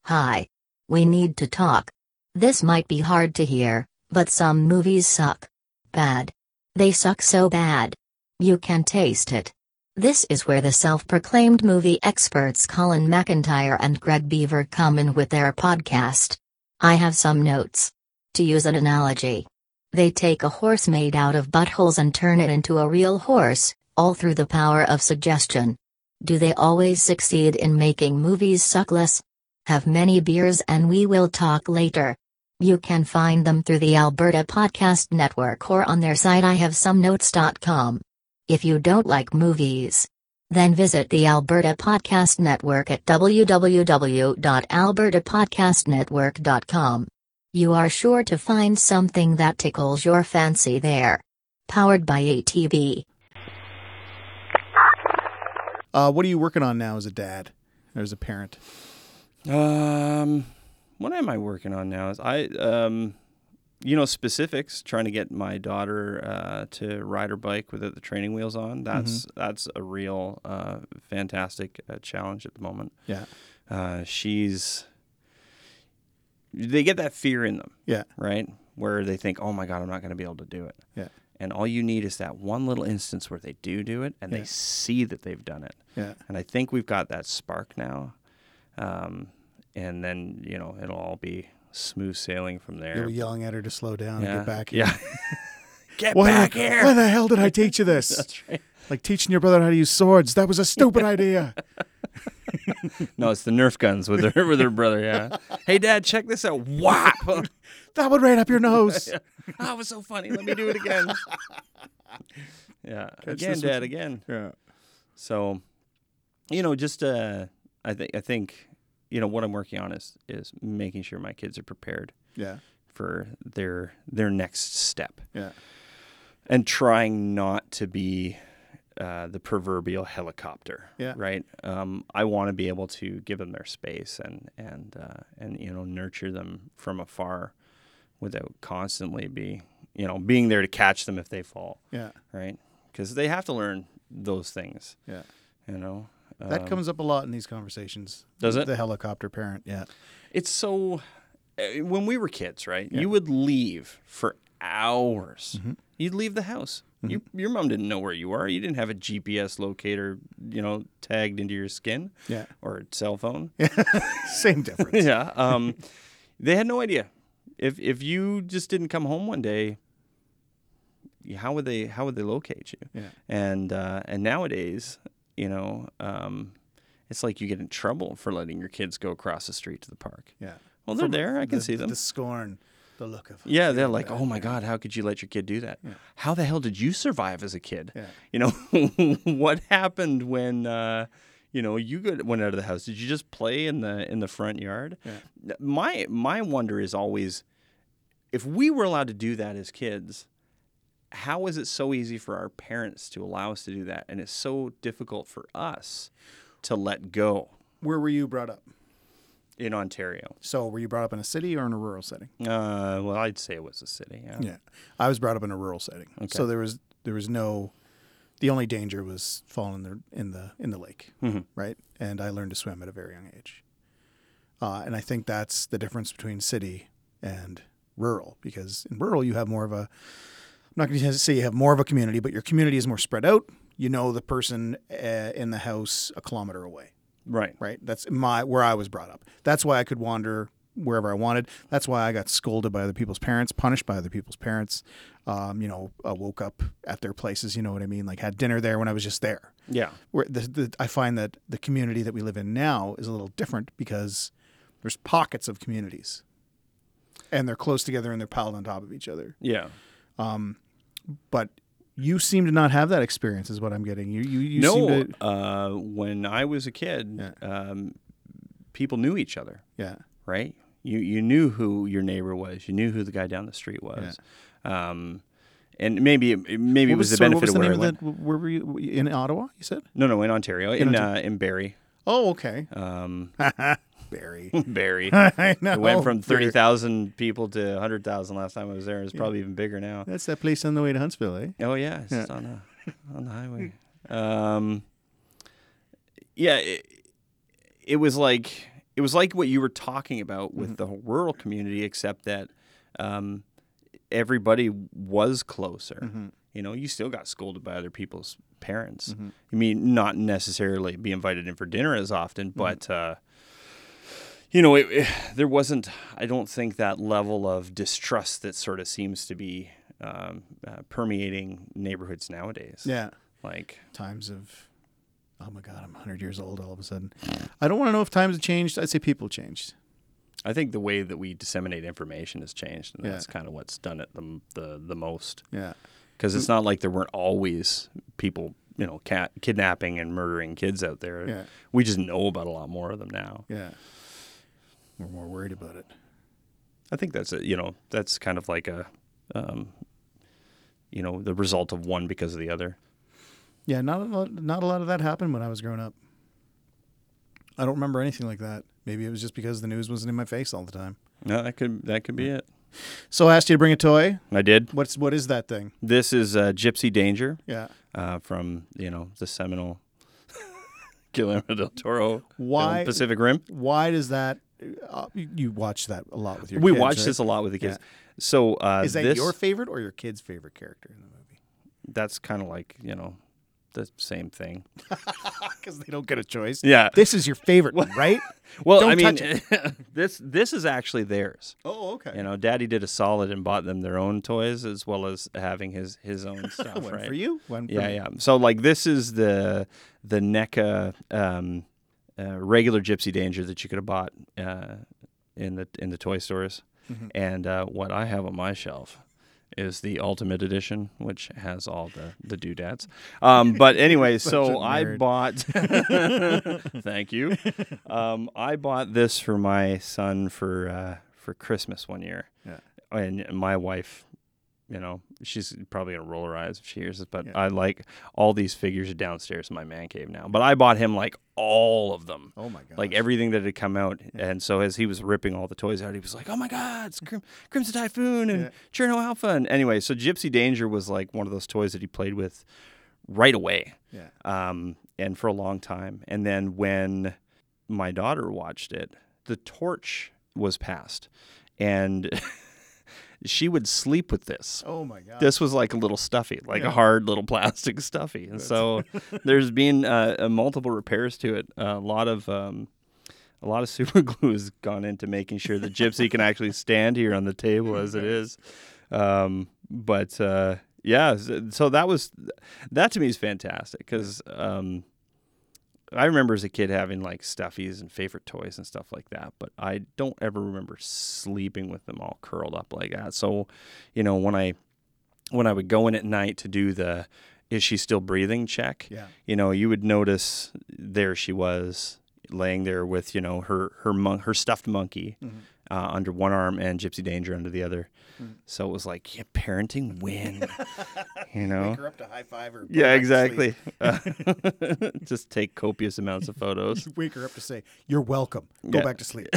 D: Hi. We need to talk. This might be hard to hear, but some movies suck. Bad. They suck so bad. You can taste it. This is where the self proclaimed movie experts Colin McIntyre and Greg Beaver come in with their podcast. I have some notes. To use an analogy, they take a horse made out of buttholes and turn it into a real horse, all through the power of suggestion. Do they always succeed in making movies suck less? Have many beers and we will talk later. You can find them through the Alberta Podcast Network or on their site ihavesomenotes.com. If you don't like movies, then visit the Alberta Podcast Network at www.albertapodcastnetwork.com. You are sure to find something that tickles your fancy there. Powered by ATB.
B: Uh, what are you working on now as a dad or as a parent?
C: Um, what am I working on now? Is I um, you know, specifics. Trying to get my daughter uh, to ride her bike without the training wheels on. That's
B: Mm-hmm.
C: that's a real uh, fantastic uh, challenge at the moment.
B: Yeah,
C: Uh, she's they get that fear in them,
B: yeah,
C: right? Where they think, oh my god, I'm not going to be able to do it.
B: yeah,
C: And all you need is that one little instance where they do do it and they see that they've done it.
B: yeah.
C: And I think we've got that spark now. Um, and then, you know, it'll all be smooth sailing from
B: You
C: there.
B: were yelling at her to slow down and
C: yeah.
B: get back. here.
C: Yeah. get
B: Why,
C: back
B: why
C: here.
B: the hell did I teach you this?
C: That's right.
B: Like teaching your brother how to use swords. That was a stupid idea.
C: No, it's the Nerf guns with her with her brother. Yeah. hey, Dad, check this out. Whop!
B: That would right up your nose.
C: oh, it was so funny. Let me do it again. yeah. again,
B: this one.
C: Dad. Again.
B: Yeah.
C: So, you know, just uh, I think I think you know what I'm working on is is making sure my kids are prepared
B: Yeah.
C: for their their next step.
B: Yeah.
C: and trying not to be uh, the proverbial helicopter.
B: Yeah.
C: Right. Um, I want to be able to give them their space and and uh, and you know nurture them from afar, without constantly be you know being there to catch them if they fall.
B: Yeah.
C: Right. Because they have to learn those things.
B: Yeah.
C: You know.
B: That
C: Um,
B: comes up a lot in these conversations.
C: Does it?
B: The helicopter parent. Yeah.
C: It's so. uh, When we were kids, right? You would leave for hours. You'd leave the house. You, your mom didn't know where you were. You didn't have a GPS locator, you know, tagged into your skin.
B: Yeah.
C: Or a cell phone.
B: Same difference.
C: yeah. Um, they had no idea. If if you just didn't come home one day, y- how would they how would they locate you?
B: Yeah.
C: And uh, and nowadays, you know, um, it's like you get in trouble for letting your kids go across the street to the park.
B: Yeah.
C: Well, they're there. I can
B: The-
C: see them.
B: The scorn, the look of.
C: yeah, they're like, oh my God, how could you let your kid do that? How the hell did you survive as a kid?
B: Yeah.
C: You know, what happened when, uh, you know, you got, went out of the house? Did you just play in the in the front yard? Yeah. My my wonder is always, if we were allowed to do that as kids, how is it so easy for our parents to allow us to do that, and it's so difficult for us to let go
B: Where were you brought up?
C: in Ontario?
B: So, were you brought up in a city or in a rural setting?
C: Uh, well, I'd say it was a city. Yeah.
B: Yeah, I was brought up in a rural setting, so there was there was no. The only danger was falling in the in the, in the lake, right? And I learned to swim at a very young age, uh, and I think that's the difference between city and rural. Because in rural, you have more of a I'm not going to say you have more of a community, but your community is more spread out. You know the person uh, in the house a kilometer away
C: Right.
B: right? That's my where I was brought up. That's why I could wander wherever I wanted. That's why I got scolded by other people's parents, punished by other people's parents. Um, you know, I woke up at their places. You know what I mean? Like had dinner there when I was just there.
C: Yeah.
B: Where the, the, I find that the community that we live in now is a little different because there's pockets of communities, and they're close together and they're piled on top of each other.
C: Yeah.
B: But you seem to not have that experience, is what I'm getting. You you, you
C: no,
B: seem to
C: uh, when I was a kid, um, people knew each other,
B: yeah
C: right? You you knew who your neighbor was. You knew who the guy down the street was, um, and maybe it- maybe it was, the
B: sorry,
C: benefit
B: what was the
C: of where
B: name
C: I
B: of
C: went.
B: that? Where were you in Ottawa? You said
C: No, no, in Ontario, in uh, in Barrie,
B: oh okay
C: um,
B: Barry.
C: Barrie.
B: I know.
C: It went from
B: Barry.
C: thirty thousand people to hundred thousand last time I was there. It's probably even bigger now.
B: That's that place on the way to Huntsville, eh?
C: Oh yeah, it's just on the on the highway. Um, yeah, it, it was like it was like what you were talking about with the rural community, except that um, everybody was closer. You know, you still got scolded by other people's parents. I mean, not necessarily be invited in for dinner as often, but. Uh, you know, it, it- there wasn't, I don't think, that level of distrust that sort of seems to be um, uh, permeating neighborhoods nowadays.
B: Yeah.
C: Like,
B: Times of, oh my God, I'm 100 years old all of a sudden. I don't want to know if times have changed. I'd say people changed.
C: I think the way that we disseminate information has changed, and
B: Yeah.
C: that's kind of what's done it the, the, the most.
B: Yeah.
C: Because
B: Mm.
C: it's not like there weren't always people, you know, ca kidnapping and murdering kids out there.
B: Yeah.
C: We just know about a lot more of them now.
B: Yeah. We're more worried about it.
C: I think that's a, you know, that's kind of like a, um, you know, the result of one because of the other.
B: Yeah, not a lot, not a lot of that happened when I was growing up. I don't remember anything like that. Maybe it was just because the news wasn't in my face all the time.
C: No, that could that could be it.
B: So I asked you to bring a toy.
C: I did.
B: What's what is that thing?
C: This is uh, Gypsy Danger
B: Yeah.
C: uh, from you know the seminal Guillermo del Toro film,
B: Why-
C: Pacific Rim.
B: Why does that? Uh, you you watch that a lot with your.
C: We
B: kids,
C: watched
B: right?
C: this a lot with the kids. So uh,
B: Is that
C: this,
B: your favorite or your kid's favorite character in the movie?
C: that's kind of like you know the same thing.
B: Because they don't get a choice.
C: Yeah.
B: This is your favorite one, right?
C: Well,
B: Don't
C: I mean,
B: touch
C: this this is actually theirs.
B: Oh, okay.
C: You know, Daddy did a solid and bought them their own toys as well as having his his own stuff.
B: one
C: right?
B: for you, one for
C: Yeah,
B: me.
C: yeah. So like this is the the NECA um, uh, regular Gypsy Danger that you could have bought uh, in the in the toy stores,
B: Mm-hmm.
C: and uh, what I have on my shelf is the Ultimate Edition, which has all the the doodads. Um, but anyway, so I bought. thank you. Um, I bought this for my son for uh, for Christmas one year,
B: Yeah.
C: and my wife you know, she's probably gonna roll her eyes if she hears this, but I like all these figures are downstairs in my man cave now. But I bought him like all of them.
B: Oh my god.
C: Like everything that had come out, and so as he was ripping all the toys out, he was like, "Oh my God, it's Crim- Crimson Typhoon and Cherno Alpha." And anyway, so Gypsy Danger was like one of those toys that he played with right away,
B: Yeah.
C: um, and for a long time. And then when my daughter watched it, the torch was passed, and she would sleep with this
B: Oh my god.
C: this was like a little stuffy, like a hard little plastic stuffy. And so there's been uh, uh, multiple repairs to it. a lot of um, a lot of super glue has gone into making sure the gypsy can actually stand here on the table as it is. Um, but uh, yeah, so so that was that to me is fantastic because um, I remember as a kid having like stuffies and favorite toys and stuff like that, but I don't ever remember sleeping with them all curled up like that. So, you know, when I when I would go in at night to do the is she still breathing check,
E: Yeah.
C: you know, you would notice there she was laying there with, you know, her her mon- her stuffed monkey uh, under one arm and Gypsy Danger under the other. So it was like, yeah, parenting win, you know.
E: up to high five or
C: Yeah, exactly. Uh, just take copious amounts of photos.
B: Wake her up to say, "You're welcome. Go
C: Yeah.
B: back to sleep.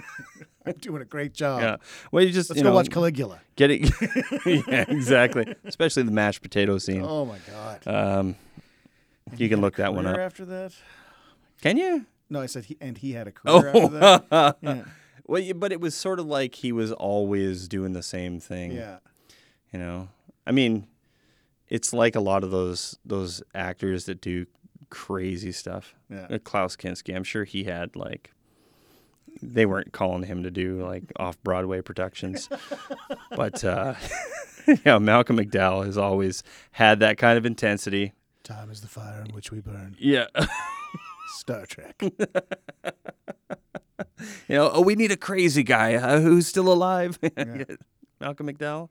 B: I'm doing a great job.
C: Yeah. Well, you just
B: Oh. Let's
C: you
B: go
C: know,
B: watch Caligula."
C: Get it? yeah, exactly. Especially the mashed potato scene.
B: Oh my god.
C: Um, you can look that uh, one
B: Career
C: up.
B: after that?
C: Can you?
B: No, I said he and he had a career after that.
C: Oh.
B: Yeah.
C: well, yeah, but it was sort of like he was always doing the same thing.
B: Yeah.
C: You know, I mean, it's like a lot of those those actors that do crazy stuff.
B: Yeah.
C: Uh, Klaus Kinski, I'm sure he had like they weren't calling him to do like off Broadway productions, but uh, yeah, Malcolm McDowell has always had that kind of intensity.
B: Time is the fire in which we burn.
C: Yeah,
B: Star Trek.
C: you know, oh, we need a crazy guy uh, who's still alive. Malcolm McDowell.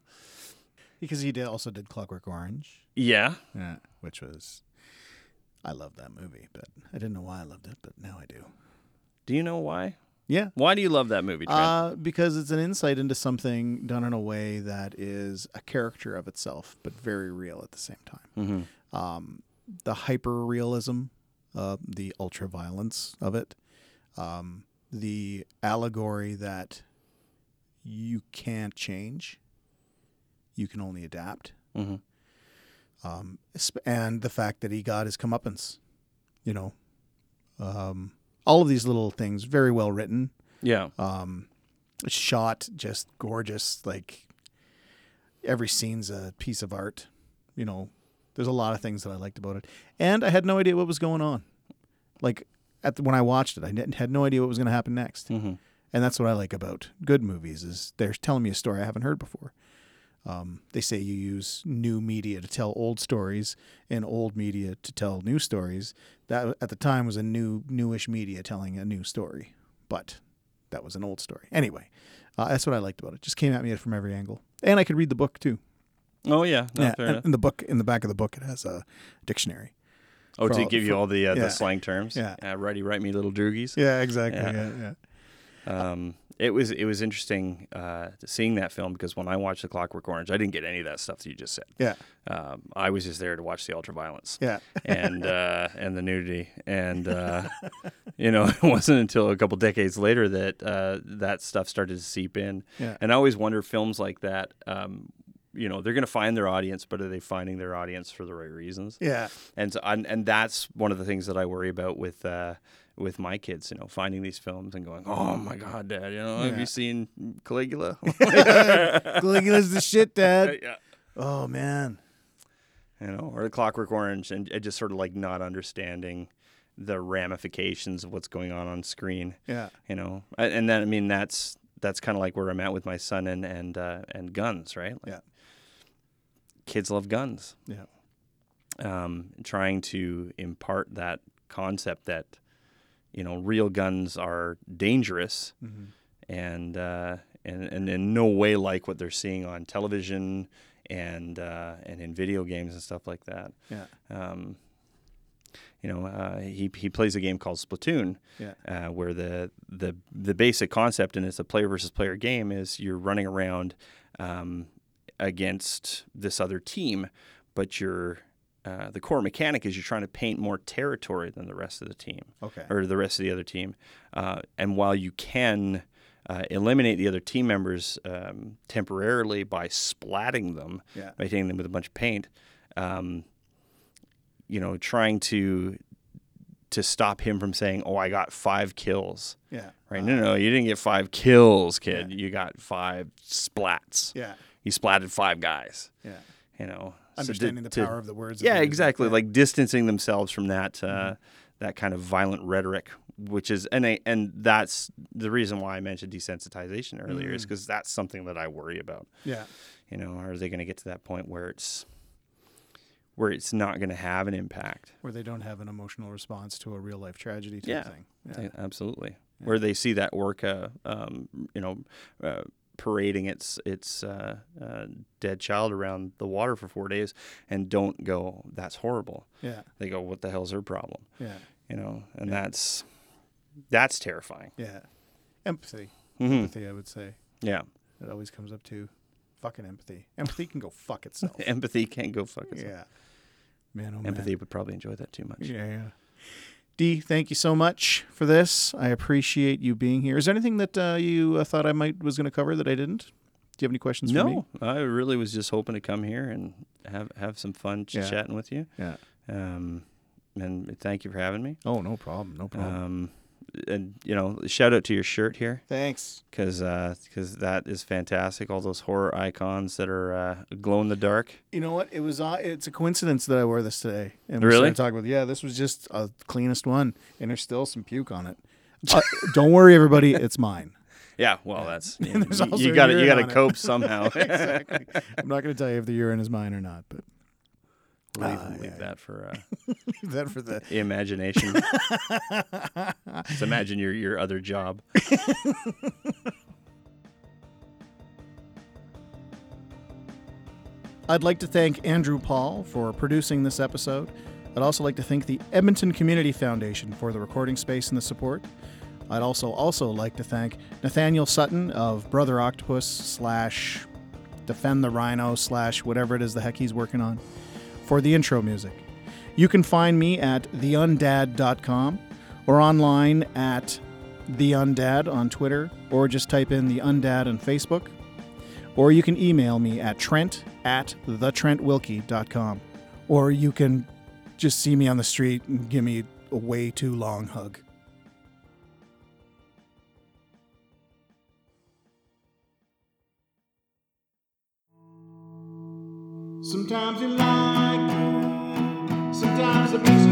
B: because he did also did Clockwork Orange.
C: Yeah,
B: Yeah. Which was I love that movie, but I didn't know why I loved it, but now I do.
C: do you know why?
B: Yeah.
C: Why do you love that movie? Trent?
B: Uh, because it's an insight into something done in a way that is a character of itself, but very real at the same time.
C: Mhm.
B: Um, the hyper realism, uh, the ultra violence of it, um, the allegory that you can't change, you can only adapt,
C: Mhm.
B: um, sp- and the fact that he got his comeuppance. You know, um, all of these little things, very well written
C: Yeah.
B: um, shot just gorgeous like every scene's a piece of art you know there's a lot of things that i liked about it and i had no idea what was going on like at the, when i watched it i didn't, had no idea what was going to happen next
C: Mhm.
B: and that's what i like about good movies is they're telling me a story i haven't heard before um, they say you use new media to tell old stories and old media to tell new stories that at the time was a new newish media telling a new story but that was an old story. Anyway, uh, that's what I liked about it. Just came at me from every angle, and I could read the book too.
C: Oh yeah. No, fair
B: and,
C: enough.
B: and the book in the back of the book it has a dictionary.
C: Oh,
B: for
C: to
B: all-
C: give you
B: for-
C: all the uh,
B: yeah.
C: the slang terms.
B: Yeah.
C: Uh, righty, right me little droogies.
B: Yeah, exactly.
C: Yeah.
B: yeah, yeah.
C: Um, it was it was interesting uh, seeing that film because when I watched The Clockwork Orange, I didn't get any of that stuff that you just said.
B: Yeah.
C: Um, I was just there to watch the ultraviolence.
B: Yeah.
C: and uh, and the nudity, and uh, you know, it wasn't until a couple decades later that uh, that stuff started to seep in.
B: Yeah.
C: And I always wonder films like that. Um, you know, they're going to find their audience, but are they finding their audience for the right reasons?
B: Yeah.
C: and so, and, and that's one of the things that I worry about with uh, with my kids. You know, finding these films and going, "Oh my God, Dad! You know, have you seen Caligula?"
B: Caligula's the shit, Dad.
C: yeah.
B: Oh man.
C: You know, or The Clockwork Orange, and, and just sort of like not understanding the ramifications of what's going on on screen.
B: Yeah.
C: You know, A- and then I mean that's that's kind of like where I'm at with my son and and uh, and guns, right? Like,
B: Yeah.
C: Kids love guns.
B: Yeah.
C: um, trying to impart that concept that you know real guns are dangerous and, uh, and and in no way like what they're seeing on television and uh, and in video games and stuff like that.
B: Yeah.
C: Um, you know, uh, he he plays a game called Splatoon,
B: Yeah.
C: uh, where the the the basic concept and it's a player versus player game is you're running around um, against this other team, but you're uh, the core mechanic is you're trying to paint more territory than the rest of the team
B: Okay.
C: or the rest of the other team. Uh, and while you can uh, eliminate the other team members um, temporarily by splatting them,
B: Yeah.
C: by hitting them with a bunch of paint, um, you know, trying to to stop him from saying, "Oh, I got five kills."
B: Yeah.
C: Right? No, no, you didn't get five kills, kid. You got five splats.
B: Yeah.
C: You splatted five guys.
B: Yeah.
C: You know, So to-
B: Understanding
C: to-
B: the power of the Mm-hmm. words. and
C: yeah,
B: the music.
C: exactly. Like distancing themselves from that uh, that kind of violent rhetoric, which is and I, and that's the reason why I mentioned desensitization earlier,
B: Mm.
C: is because that's something that I worry about.
B: Yeah.
C: You know, are they going to get to that point where it's where it's not going to have an impact.
F: where they don't have an emotional response to a real life tragedy type
C: Yeah.
F: thing.
C: Yeah, absolutely. Where they see that orca, um, you know, uh, parading its its uh, uh, dead child around the water for four days, and don't go, "That's horrible."
F: Yeah,
C: They go, "What the hell's her problem?"
F: yeah,
C: You know, and that's that's terrifying.
F: yeah. Empathy,
C: hmm
F: empathy. I would say
C: Yeah,
F: it always comes up to fucking empathy. Empathy can go fuck itself.
C: empathy can't go fuck itself.
F: yeah, man. Oh
C: Empathy would probably enjoy that too much.
F: Man. Yeah, yeah. D, thank you so much for this. I appreciate you being here. Is there anything that uh, you uh, thought I might was going to cover that I didn't? Do you have any questions for me?
C: No, I really was just hoping to come here and have have some fun
F: Yeah.
C: chatting with you.
F: Yeah.
C: Um, and thank you for having me.
F: Oh, no problem. No problem.
C: Um, and you know, shout out to your shirt here
F: Thanks.
C: because that is fantastic. All those horror icons that are uh, glow in the dark.
F: You know what? It was. Uh, it's a coincidence that I wore this today. And we
C: Really?
F: started Talking about yeah, this was just a cleanest one, and there's still some puke on it. Uh, don't worry, everybody. It's mine.
C: Yeah, well, that's you,
F: there's
C: you-
F: also
C: you gotta you
F: urine
C: gotta
F: on it.
C: cope somehow.
F: exactly. I'm not going to tell you if the urine is mine or not, but
C: leave,
F: Ah,
C: leave
F: yeah.
C: that for uh,
F: leave that for the.
C: imagination. Just imagine your your other job.
B: I'd like to thank Andrew Paul for producing this episode. I'd also like to thank the Edmonton Community Foundation for the recording space and the support. I'd also also like to thank Nathaniel Sutton of Brother Octopus slash Defend the Rhino slash whatever it is the heck he's working on for the intro music. You can find me at theundad.com or online at theundad on Twitter or just type in the undad on Facebook or you can email me at trent at thetrentwilkie.com.
F: Or you can just see me on the street and give me a way too long hug.
G: Sometimes you like it, sometimes it makes you